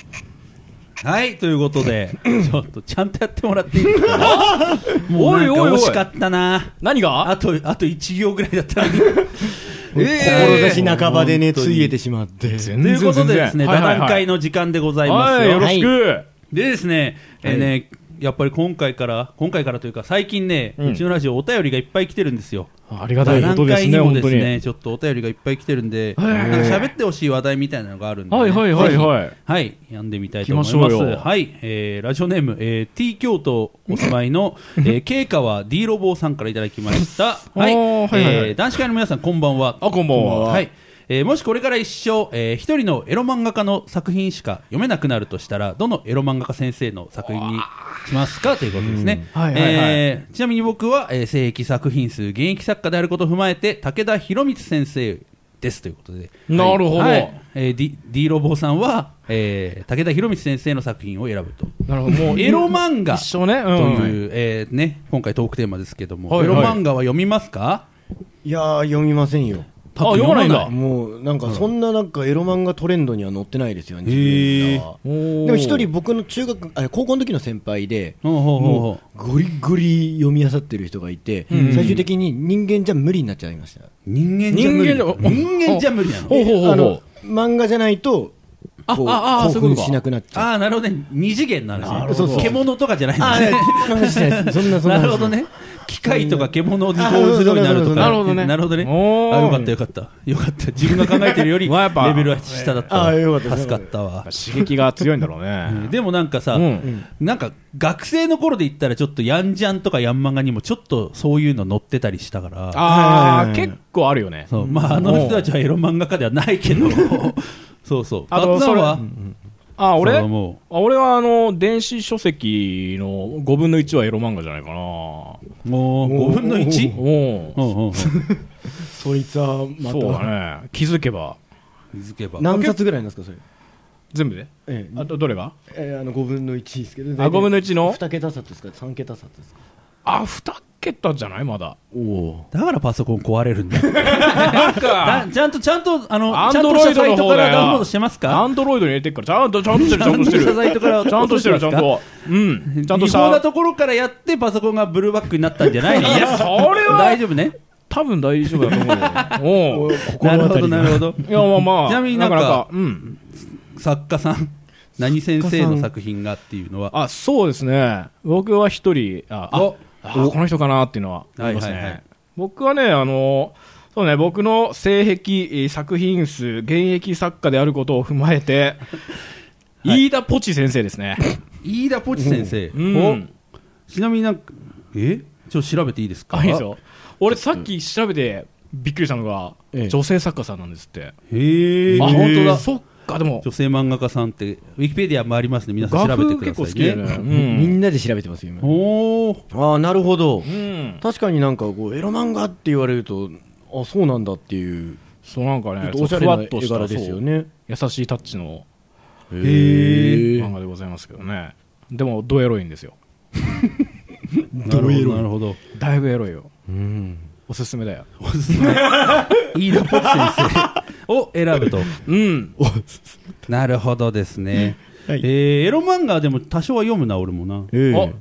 はい、ということ で、ちょっとちゃんとやってもらっていいですかもうなん
おい
か
おいおい
惜しかったな。
何が
あと、あと1行ぐらいだ ったのに。
志半ばでね、
本当
つ
に
いえてしまって。
ということでですね、
はい
座
はい
談
はい
会の時間でございます
はいよ
よ。
ろしく、
でですね、えーね、やっぱり今回から今回からというか最近ね、うちのラジオお便りがいっぱい来てるんですよ
ありがたいことですね、
何回に
本
も
当
です
に。
ねちょっとお便りがいっぱい来てるんでなんか喋ってほしい話題みたいなのがあるんで、ね、
はいはいはいはい。
はい、読んでみたいと思いま
行き
す。
ましょうよ
はい、えーラジオネーム、えー T 京都お住ま いの、えー、K 川 D ロボさんからいただきました。はい、
おーはいはいはい
えー男子会の皆さん、こんばんは。
あ、こんばんは。
はい。えーもしこれから一生、えー一人のエロ漫画家の作品しか読めなくなるとしたらどのエロ漫画家先生の作品にしますかということですね、
うんはいはいはい
えーちなみに僕は、えー、正規作品数現役作家であることを踏まえて武田博光先生ですということで
なるほど
はいえー、D, D ロボさんは、えー武田博光先生の作品を選ぶと
なるほど、も う、
エロ漫画
一緒ね。
と
う
い
ん。
う、えーね、今回トークテーマですけども、
はいはい
エロ漫画は読みますか
いやー読みませんよ
あ、読まないんだ。
もうなんかそんななんかエロ漫画トレンドには載ってないですよね自分らは
おー
でも一人僕の中学あ高校の時の先輩で
ほうほうほうほ
もうゴリゴリ読み漁ってる人がいて最終的に人間じゃ無理になっちゃいました
人間じゃ無理
人間じゃ
人間じゃ無理なの
ほうほうほう
あ
ほ
の
う。
漫画じゃないと
あ
こう
ああ
興
そういうこ
奮
とか
しなくなっちゃう
ああなるほどね二次元の話
ほ
ね
ど
獣とかじゃないんだ
いや
ね
そんな 話じゃないですそんなそんな
な
話
るほどね機械とか獣に興奮するようになるとか
あ
なるほどね
なるほどね
おー
あよかったよかったよかった自分が考えてるより
まあやっぱ
レベルは下だった
あ
わ
ーよかったです
助かったわ
刺激が強いんだろうね。
でもなんかさ、
うん
なんか学生の頃で言ったらちょっとヤンジャンとかヤンマガにもちょっとそういうの載ってたりしたか ら
あー、
はいはいはい
結構あるよね。
そうまああの人たちはエロ漫画家ではないけどそうそう
あと
ガッツさんは
それあ、俺
そう
あ
だも
俺は、あの、電子書籍の5分の1はエロ漫画じゃないかな。お
うもう5分の 1?
お
うんうんうん
そいつはま
そう
た
だね。気づけば。
気づけば
何冊ぐらいなんですかそれ
全部で
ええ
あと、どれが
えーあの5分の1ですけど
あ5分の1の
2桁冊ですか3桁冊ですか
あ、2桁じゃないまだ。
おお
だからパソコン壊れるんだ。だちゃんと、ちゃんと、あの、
アン
ちゃん
ド
と
ロ
した
イド
サイ
の
ト
方
から
だ
ダウンロー
よ
ドしてます
ア
か
ンドロイドに入れてっから、ちゃんと、ちゃんとしてる、ちゃんとして
ちゃんとしたサイ
る。
トから
ちゃんとしてる、ちゃん
ダウンロー
と。うん。ちゃんとし
違法な
た。
ところからやってパソコンがブルーバックになったんじゃないの
いやそれは
大丈夫ね。
多分大丈夫だと思うよ。
なるほど、なるほど。
おういや、まあまあ。
ちなみになんか
うん。
作家さん、何先生の作品がっていうのは。
あ、そうですね。僕は一人、あ、あ
お
あこの人かなっていうのはあります
はいはいは
ね
い。
僕はね、あの、そうね、僕の性癖、えー作品数、現役作家であることを踏まえて、飯田ポチ先生ですね。
飯田ポチ先生。
うん
おちなみになんか、えちょっと調べていいですか
あいいですよ俺さっき調べてびっくりしたのが、
ええ
女性作家さんなんですって
へー。
あ
あ、
本
本
当
当
だ
だ。
そっかでも
女性漫画家さんって、ウィキペディアもありますね。皆さん調べてくだ
結構
さ
好
い
きだよ
ね。
ね、
みんなで調べてますよ今
おー。
ああなるほど
うんうん
確かになんかこうエロ漫画って言われるとあそうなんだっていう
そうなんか
ちょ
ね
っとおしゃれ
そう
な
ふわっと
絵
した
柄ですよね
そう優しいタッチの
へえ
漫画でございますけどねでもドエロいんですよ
なるほど、なるほど。
だいぶエロいよおすすめだよ
おすすめ飯田ポチ先 生を選ぶと
うん
なるほどですね、
はい
えーエロ漫画でも多少は読むな俺もな
え
お
え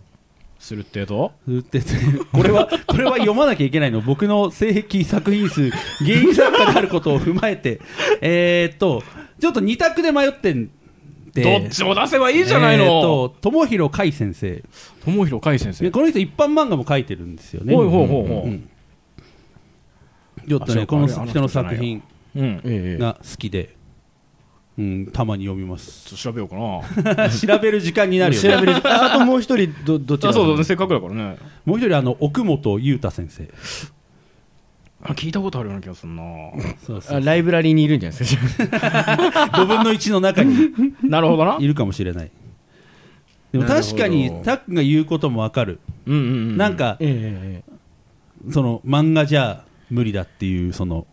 するってえと
ずっとやってるこれはこれは読まなきゃいけないの僕の性癖作品数芸人作家であることを踏まえてえーっとちょっと二択で迷ってんで
どっちも出せばいいじゃない
えーっ
の
と友広海先生
友広海先生
でこの人一般漫画も書いてるんですよね
ほいほいほいほ
うんちょっと
あそう
ね
か
この
あれあの人
人の
じゃない
作
よ
品
ううんちょ
ええ
が好きで、うん、たまに読みます。
っと調べようか な
調べる時間になるよ、
調
ね。
べるああともう一人どどちら
あそう
で
だせっかくだからね
もう一人あの奥本裕太先生。
あ聞いたことあるような気がするな
そう
あライブラリーにいるんじゃないですか
5分の1の中に
なるほどない
るかもしれない。でも確か
なるほ
に
ど
タックが言うこともわかる。
うんうんうん
なんか
ええええ
その漫画じゃ無理だっていうその。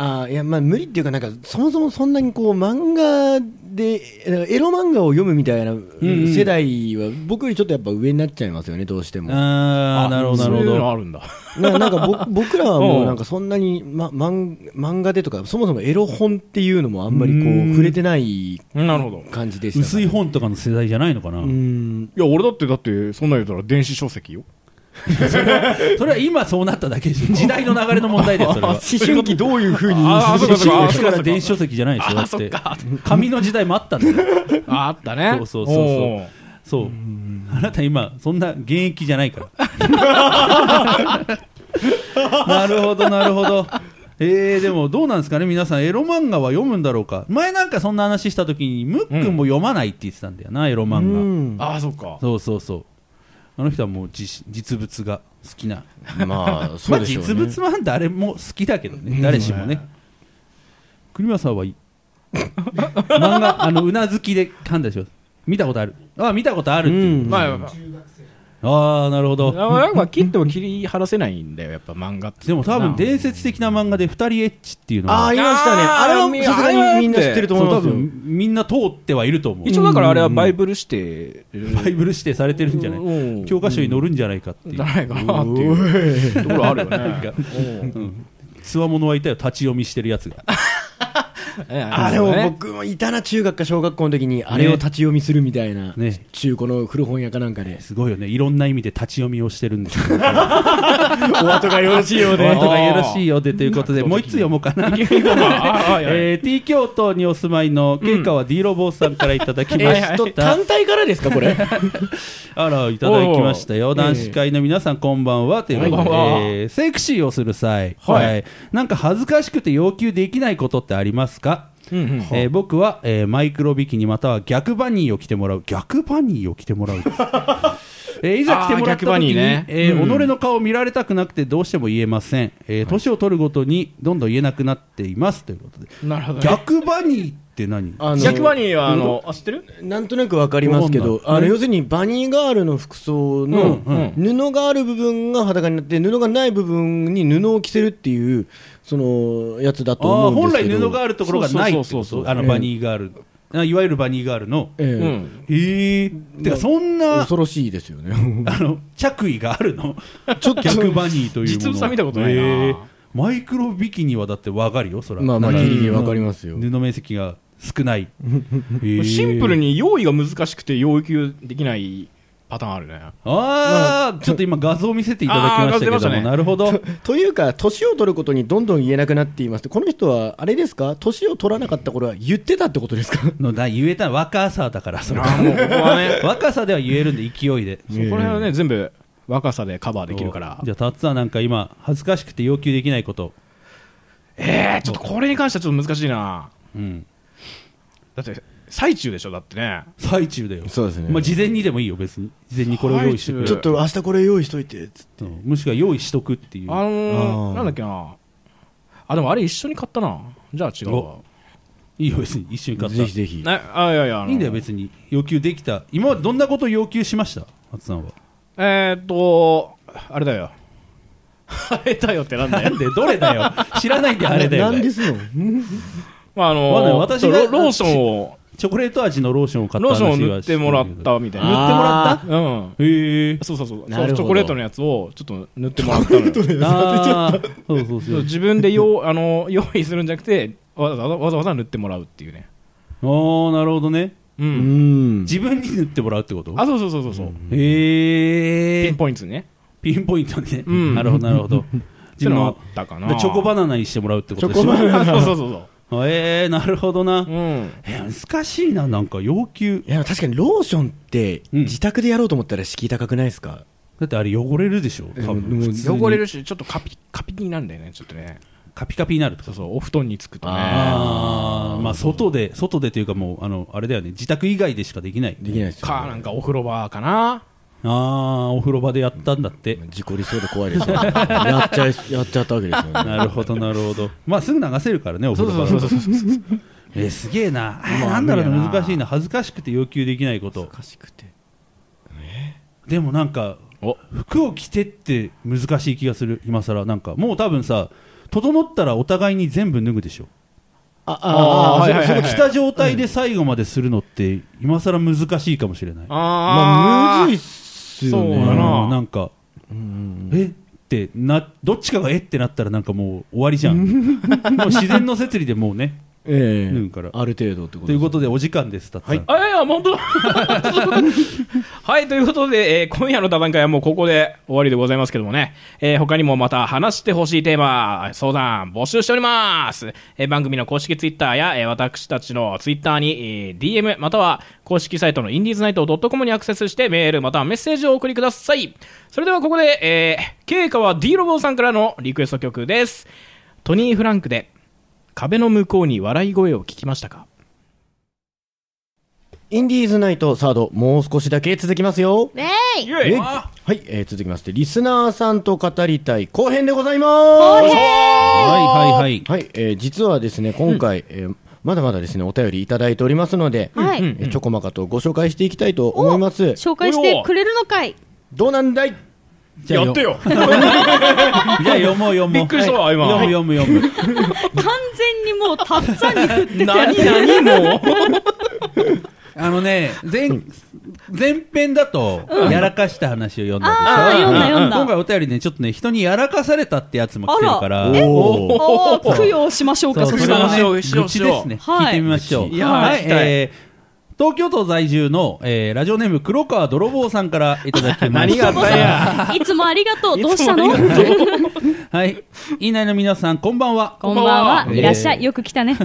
ああいやまあ無理っていうかなんかそもそもそんなにこう漫画でなんかエロ漫画を読むみたいな
うん
世代は僕よりちょっとやっぱ上になっちゃいますよねどうしても
ああなるほどなるほ
そういうの
ど。
あるんだ。
ななんかぼ僕らはも
う
うんなんかそんなに、ま、漫漫画でとかそもそもエロ本っていうのもあんまりこう触れてない
なるほど。
感じでした
薄い
本
本とかの世代じゃないのかな。
うん
いや、俺だって、だって、そんなん言うたら電子書籍よ。
それは今そうなっただけでしょ時代の流れの問題だよそれは。
思春期どういうふうに
ああ、そうかそうか、あ
だ
あそうか、そ
から
うか
電子書籍じゃないでしょだ
あ
っ
そってか。
紙の時代もあったんだよ。
ああったね。
そうそうそうそう
おー
そうあなた今そんな現役じゃないから なるほどなるほどえー、でもどうなんですかね皆さんエロ漫画は読むんだろうか前なんかそんな話した時にムックンも読まないって言ってたんだよな、エロ
う
漫
ん
ああそっか
画そうそうそうあの人はもう実実物が好きな、
まあそ
ま
う
あ
でしょう
実
ね、
物は誰も好きだけどね誰しもね栗間さ んはい漫画あのうなずきで判断します見たことあるあ見たことあるっていう、
うん
まあ
ああなるほど
やっぱ切っても切り離せないんだよやっぱ漫画って
でも多分伝説的な漫画で二人エッチっていうの
あ
は
あいましたね
あー
あれは
あれは
さすがにみんな知ってると
そう
思い
多
ますよ
分みんな通ってはいると思う
一応だからあれはバイブルして
バイブル指定されてるんじゃない
うん
教科書に載るんじゃないかっていう
じゃないかなっていうところあるよ
なん
ね
かうんつわものはいたよ立ち読みしてるやつが
あれを僕もいたな中学か小学校の時にあれを立ち読みするみたいな、
ね
中古の古本屋かなんかで
すごいよねいろんな意味で立ち読みをしてるんですよお
お後がよろしいようで
後がよろしいよでということでもう一つ読もうかな
え
えー T 京都にお住まいの経過は D ロボーさんからいただきま
えっと
した
単体からですかこ れ
あら、いただきましたよ。男子会の皆さん、こんばんは。ということで
こんばんは
えーセクシーをする際、
はい
はいなんか恥ずかしくて要求できないことってありますかえー僕は、えーマイクロビキニまたは逆バニーを着てもらう。逆バニーを着てもらう。 えーいざ来てもら
あ
った
ー逆バニ
時に、
ーね
えー己の顔を見られたくなくてどうしても言えません。えー年を取るごとにどんどん言えなくなっています。ということで。
なるほどね
逆バニーって何
あの
逆バニーはあのあ知ってる
なんとなくわかりますけど
わかんない
あの要するにバニーガールの服装の布がある部分が裸になって布がない部分に布を着せるっていうそのやつだと
ああ
思うん
本
です
来
けど
布があるところがないってこと
そうそうそうそう
あの
ええ
バニーガール、あいわゆるバニーガールの、
ええ
うん
へえてかそんな
恐ろしいですよね
あの着衣があるの
ちょっと
逆バニーというもの
実物は見たことないな
へえマイクロビキニはだってわかるよそら
まあまあギリギリわかりますよ
布面積が 少ない
シンプル
に
に用意が難しくて要求できないパターンあるね
ああちょっと今画像見せていただきましたけど
あー画
も、
像出ましたね
なるほど
というか、年を取ることにどんどん言えなくなっていますこの人は、あれですか、年を取らなかった頃は言ってたってことですか
のだ言えた若さだからそれ
あーもうここはね
若さでは言えるんで勢いで
そこら辺はね全部若さでカバーできるから
じゃあタッツァなんか今恥ずかしくて要求できないこと
えー、ちょっとこれに関してはちょっと難しいな
うん
だって最中でしょだってね
最中だよ
そうですね
まあ、事前にでもいいよ別に事前にこれを用意してくれ
ちょっと明日これ用意しといて、つって。
うんもしくは用意しとくっていう
あのー
あー
なんだっけなあでもあれ一緒に買ったなじゃあ違うわ
おいいよ別に一緒に買った
ぜひぜひ。
ねあいやいやあの
いいんだよ別に要求できた今までどんなことを要求しました松さんは
えー、っとあれだよ あれだよってなんだ
な
よ
んでどれだよ知らないんであれだよ
なんですの
まああの
まあね
ー
私
ちょ
が
っとロローションを
チョコレート味のローションを買った
ロー
話
ショ
は
ンを塗ってもらった
塗って
みたい
も
な
らった
うん
へ え
そうそうそう
なるほど
チョコレートのやつをちょっと塗ってもらったのよ
ああそうそ
そ
うそうう
自分で用 あの用意するんじゃなくてわざわざわざわざ塗ってもらうっていうね
ああなるほどね
う
うんん。
自分に塗ってもらうってこと
あそうそうそうそうそう
へ
ピ
え
ンポイントにね
ピンポイントね、
うん
なるほどなる ほど
っていうのはあったかな
でチョコバナナにしてもらうってことでしょ
チョコバナナ
そうそうそうそ
えー、なるほどな、
ううん
えー難しいななんか要求
いや、確かにローションって、
うん
自宅でやろうと思ったら敷居高くないですか
だってあれ汚れるでしょ多分普通に
汚れるしちょっとカピカピになるんだよねちょっとね
カピカピになると
そ
か
うそうお布団につくとね
あーまあ外で外でというかもうあのあれだよね自宅以外でしかできない
できないですよ
かなんかお風呂場かな
ああお風呂場でやったんだって
事故りそうで怖いですよね。 やっちゃい、やっちゃったわけですよ ね。
なるほどなる ほどまあすぐ流せるからねお風呂場は
そうそう
えーすげえな、あーなんだろうな難しいな恥ずかしくて要求できないこと
かしくて。
でもなんか
お
服を着てって難しい気がする今更なんかもう多分さ整ったらお互いに全部脱ぐでしょ
あ、
あーは
あ
い
ー、
はい
その着た状態で最後までするのって今更難しいかもしれない
まあ、
あー
むずいっすよね。
そうだな
うんなんか、えって などっちかがえってなったらなんかもう終わりじゃんもう自然の摂理でもうね
え
縫う
え
から
ある程度ってこと
ということ
で
でお時間ですたった、
はい
あいや本当はいということで、えー今夜の打番会はもうここで終わりでございますけどもね、えー他にもまた話してほしいテーマ相談募集しております、えー番組の公式ツイッターや、えー私たちのツイッターに、えー DM または公式サイトのインディーズナイト .com にアクセスしてメールまたはメッセージをお送りくださいそれではここで、えー、K 川 D ロボさんからのリクエスト曲ですトニー・フランクで壁の向こうに笑い声を聞きましたか
インディーズナイトサードもう少しだけ続きますよ
えい
イエイ
はい、えー続きましてリスナーさんと語りたい後編でございます
はいはいはい
はい、えー実はですね今回、えーまだまだですねお便りいただいておりますので、
はい
えーちょこまかとご紹介していきたいと思います
紹介してくれるのかい
どうなんだい
じゃあよ
よ
じゃあ読もう読もう
びっくりしたわ
はい
今
読む読む読む
完全にもうたっさんに振ってたよ
何
ね
何も
あのね前前編だとやらかした話を読んだ
ああ読んだ読ん
でしょ今回
だ
お便りねちょっとね人にやらかされたってやつも来てるから
おー
おお供養しましょうかそ
そ
う
う
し
そ
た
れ
ら
も
は
ね
しよう
愚
しよう
痴ですね
はい
聞いてみましょう
いやー
はい
聞きたい
えー東京都在住のえーラジオネーム黒川泥棒さんからいただきまし
何
た
があったんや
いつもありがとうどうしたの
いつもありがとう
はい院内の皆さんこんばんは
こんばんは
えー
いらっしゃいよく来たね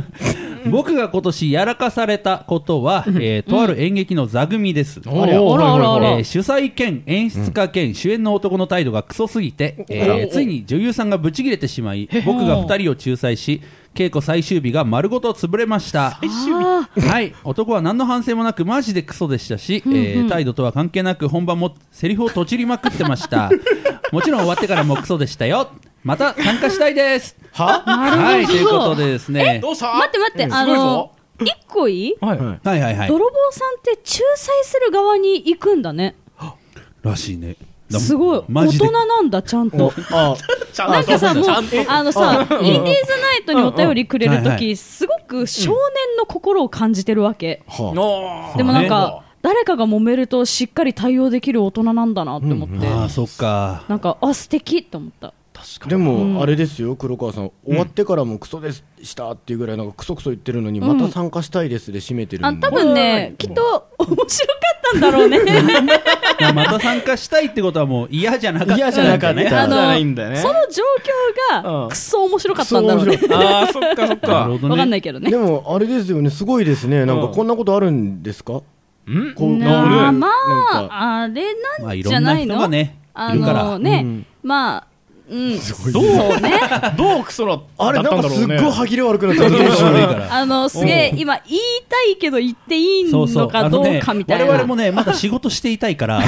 僕が今年やらかされたことは、えーとある演劇の座組です、
あらあらあら
えー主催兼演出家兼主演の男の態度がクソすぎて、えーついに女優さんがブチ切れてしまい僕が2人を仲裁し稽古最終日が丸ごと潰れました
あ
はい男は何の反省もなくマジでクソでしたし、えー態度とは関係なく本番もセリフをとちりまくってました もちろん終わってからもクソでしたよまた参加したいです
は
はいということでですね
どうした
ー待って待ってあ
すごいぞ
の一個いい
はい
は
はいはいはい
泥棒さんって仲裁する側に行くんだね
らしいね
すごい大
マジで
人なんだちゃん
お
と
あ
ちゃんと
なんかさもう
ちゃんと
あのさインディーズナイトにお便りくれる
うんうんはいは
時すごく少年の心を感じてるわけ
は
の
う
でもなん
ね
か誰かが揉めるとしっかり対応できる大人なんだなって思って
ああそっか
なんかあ素敵って思った
でもあれですよ黒川さん終わってからもクソでしたっていうぐらいなんかクソクソ言ってるのにまた参加したいですで締めてる
あ
んで
多分ねきっと面白かったんだろうね
いやまた参加したいってことはもう嫌じゃなかった
嫌じゃなかった
ね
あ
じゃないん
の
だよね
その状況
うん
がくそ面白かったんだろうね
ク
あーそっかそっ
なる
か
ほ
わか
ど
んな
ね
いけどね
でもあれですよねすごいですねなんかこんなことあるんですか
ん
こう
なあま
なんか
ああれ
ま
な
あ
ん
い
じ
ろ
ゃ
ん
な
ない人
の
がね
あ
いるから
のね、
うん
まあうん
い
そ
どう
うね
どうクソだった
あ
んだ
れなんか
ろ
す
う
っご
ね
い歯切れ悪くなっちゃってる
面白いから
あのすげえ今言いたいけど言っていい
そうそう
のかどうかみたい
あのね我
な
々もねまだ仕事していたい から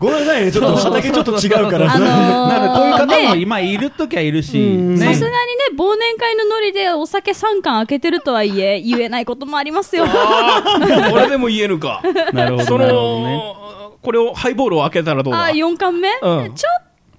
ごめんなさいねちょっと畑ちょっと違うから
あのー
なんかこういう方も
ね
今いる時はいるし
うん
ね
さすがにね忘年会のノリでお酒3缶開けてるとはいえ言えないこともありますよあ
あー俺でも言えるか
なるほ
そ
どなるほどね
のこれをハイボールを開けたらどうだ
あ4缶目、
うん
ち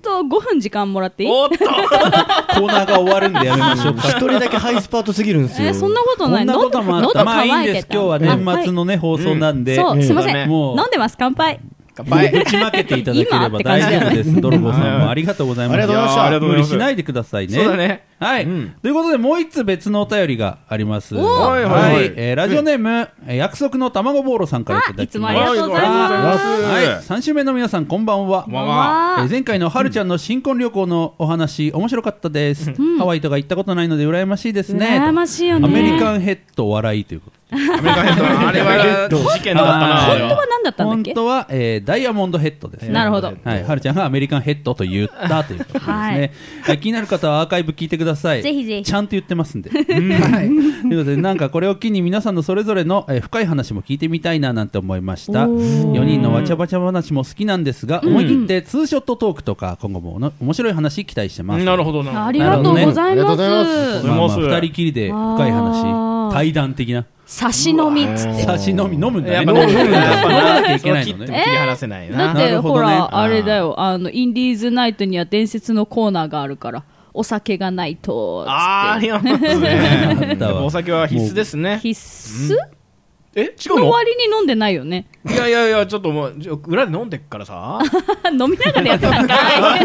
ょっと5分時間もらっていい
おっと
コーナーが終わるんでやめましょうか
一人だけハイスパートすぎるんです
え
よ
ーそんなこと
こ
ない
んなこともあっ
喉
た
喉
まあいいん
乾い
で
て
す
た
今日は年末のね放送なん
あ
で
はいそうすいません、
ね
もう
飲んでます乾杯
乾
ぶ
杯
ちまけていただければ大丈夫です泥棒さんもありがとうございます
ありがとうございました
やー
ありがとうござい
無理
ます
しないでくださいね
そうだね
はい、ということでもう一つ別のお便りがあります
おー
はいはいはい
えーラジオネーム、えー約束の卵ボーロさんからいただきます
あいつもありがとうございます
はい
は、
3週目の皆さんこんばんは、
こんばんは
えー前回のはるちゃんの新婚旅行のお話、面白かったです、ハワイとか行ったことないので羨ましいですね
羨ましいよね
アメリカンヘッド笑いということ
いアメリカンヘッドのあれは事件だったなあれ
本当は
は
何だったんだっ
本
け
当は、えーダイヤモンドヘッドですね
なるほど
はい、はるちゃんがアメリカンヘッドと言ったということですね、
はい
はい気になる方はアーカイブ聞いてください
ぜひぜひ
ちゃんと言ってま すんで、はい、ということでなんかこれを機に皆さんのそれぞれの、えー深い話も聞いてみたいななんて思いました
おー
4人のわちゃわちゃ話も好きなんですが、思い切ってツーショットトークとか今後もおな面白い話期待してます
なるほどな
ありがとうござ
なるほどねあり
います
がとうございま
ま
お
あ、ま
はようございます
あ2人きりで深い
あ
話
ー
対談的な
差し飲みっつって
差し飲み飲むんだね
やっぱ飲むんだ
やっぱ飲まなきゃいけない
切っ
の
て
ね
切り離せない
だ
な
って
なるほ
ほ
どね
らあれだよあのインディーズナイトには伝説のコーナーがあるからお酒がないとつって
あーありがとうございますね
あったわ
お酒は必須ですね
必須
え違う
の
の
割に飲んでないよね
いやいやいや、ちょっともう、じゃ裏で飲んでっからさ。
飲みながらやって たんかい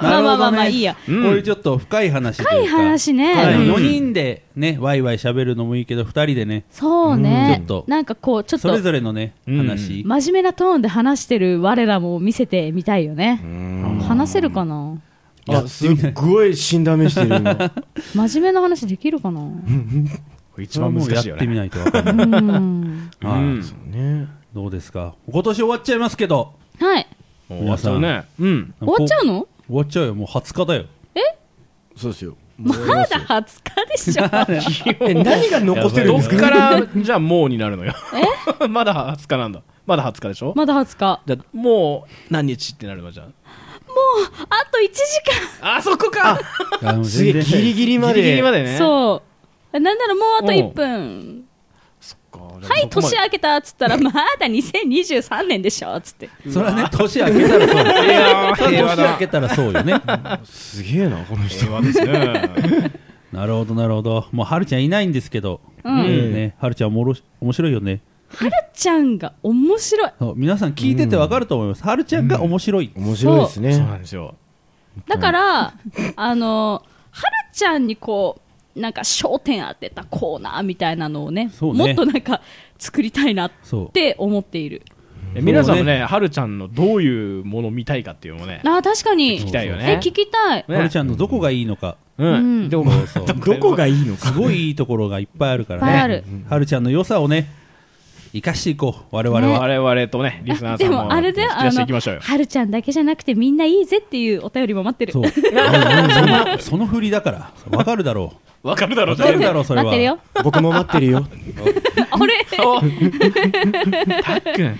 まあまあまあまあいいや
こういうちょっと深い話というか
深い話ね
はい
うん
4人でねワイワイ喋るのもいいけど2人でね
そうね
うんちょっと
なんかこうちょっ
そ
と
れぞれのね
うん
話
真面目なトーンで話してる我らも見せてみたいよね話せるかな
あすっごい死んだ目してる今
真面目な話できるかなう
一番難しいよ
やってみ
ね。
ないと分かんない
ん
う
は
ん
ね
いどうですか今年終わっちゃいますけど
はい
もう終わっちゃうね。うん。
終わっちゃうの
終わっちゃうよもう20日だよ
そうですよ
まだ20日でしょ
え何が残せるん
ど
で
っ
すか
から、じゃあもうになるのよ。 えまだ20日なんだ。まだ20日でしょ
まだ20日
じゃあもう何日ってなるのじゃ
あと1時
あ。あそこ か
すげえギリギリま
ギ
で
リギリまでね。
間そうなんならもうあと1分
は
はい年明けたっつったらまだ2023年でしょっつって
それはね年明けたらそう
いやー
それ
平和
は年明
だ。
けたらそうよね
すげえなこの人
平和ですね。
なるほどなるほどもうはるちゃんいないんですけど
ん
ねはるちゃんおもろし面白いよね
はるちゃんが面白い
そう皆さん聞いてて分かると思いますはるちゃんが面白い
面白いです
そうな
ね
んですよ。
だから、あの、はるちゃんにこう、なんか焦点当てたコーナーみたいなのをね、
そうね
もっとなんか作りたいなっ
そう
て思っている。
え皆さんもね、はるちゃんのどういうものを見たいかっていうのもね、
あー確かに。
聞きたいよ
え、
ね。
聞きたい。
ね
はるちゃんのどこがいいのか
うん。でも、
そう
どこ がいいのか
すごいいいところがいっぱいあるか
いっぱい
ら
あ
ね
る
はるちゃんの良さをね生かしていこう我々は
我々とね、リスナーさ
で
んも
もあれ
引
だよ、
き
あ
出して
の、
いきましょうよ。
はるちゃんだけじゃなくてみんないいぜっていうお便りも待ってる。
そう そのその振りだから分かるだろ
わかるだろ、
う
じ
分
ゃ
かるだろうそれ
待っ
は
てるよ。
僕も待ってるよ
あれたっくん。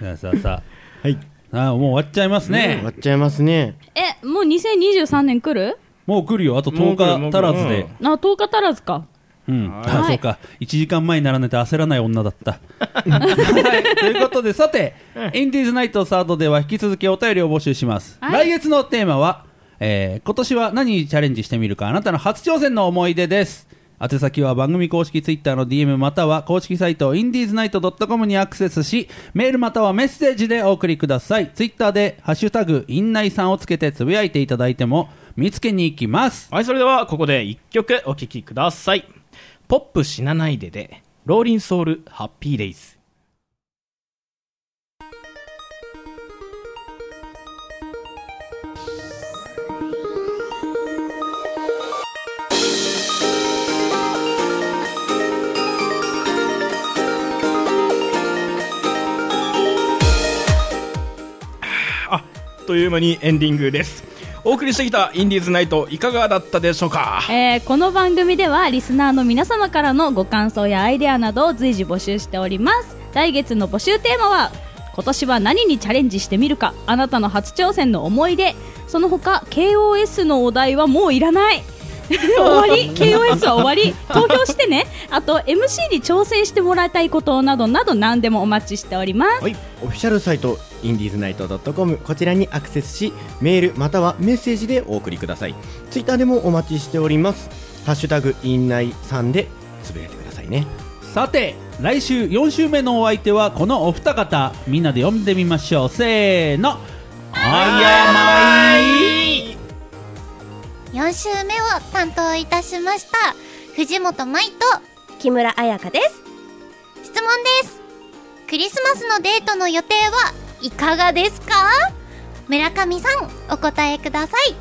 さあさあさ
はい
あああもう終わっちゃいます
終
ね
わっちゃいますね
え、もう2023年来る
もう来るよあと10日足らずで
あ、10日足らずか。
うん、
は
あ
い
そうか1時間前にならないと焦らない女だった、 はい、ということでさて「インディーズナイトサード」では引き続きお便りを募集します、
はい
来月のテーマは、えー今年は何にチャレンジしてみるかあなたの初挑戦の思い出」です宛先は番組公式ツイッターの DM または公式サイト indiesnight.com にアクセスしメールまたはメッセージでお送りくださいツイッターで「ハッシュタグ院内さん」をつけてつぶやいていただいても見つけに行きます
はい、それではここで一曲お聴きください。ポップ死なないでで、ローリンソウルハッピーデイズ。あっという間にエンディングです。お送りしてきたインディーズナイトいかがだったでしょうか。
えーこの番組ではリスナーの皆様からのご感想やアイデアなどを随時募集しております来月の募集テーマは今年は何にチャレンジしてみるかあなたの初挑戦の思い出その他 KOS のお題はもういら ない終わり KOS は終わり投票してねあと MC に挑戦してもらいたいことなどなど何でもお待ち しております
はいオフィシャルサイト indiesnight.com こちらにアクセスしメールまたはメッセージでお送りくださいツイッターでもお待ちしておりますハッシュタグ院内さんでつぶやいてくださいね
さて来週4週目のお相手はこのお二方みんなで読んでみましょうせーのあや
4週目を担当いたしました藤本舞と
木村彩香です
質問ですクリスマスのデートの予定はいかがですか村上さんお答えください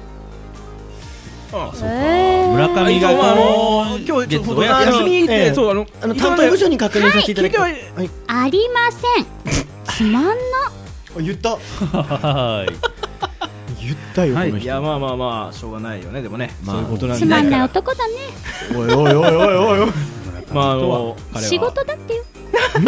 まい村上がこう
今日ちょっと
お休み
み
ええそうあの
あの担当部署に確認させていただき
は
はいい、
ありません
つまんな
あ言った
はーい
言ったよ、
はい
この
い
人
やまあまあまあしょうがないよねでもね、
まあ
そういうことなん
つ
で
まんない男だね
おいおいおいおい おいおい
まああの
仕事だってよ
ま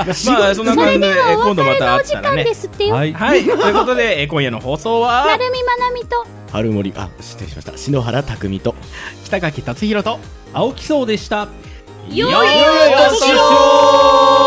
あそんな
そ
感
れ
じで
では
え
お
今度ま
別れ
た
のお
会っ
時
たら
間
ね
ですってよ、
はい
はいということでえ今夜の放送
な
は
るみまなみと
春森あ失礼しました篠原匠と
北垣達弘と
青木そうでした
よいよ
よいお年を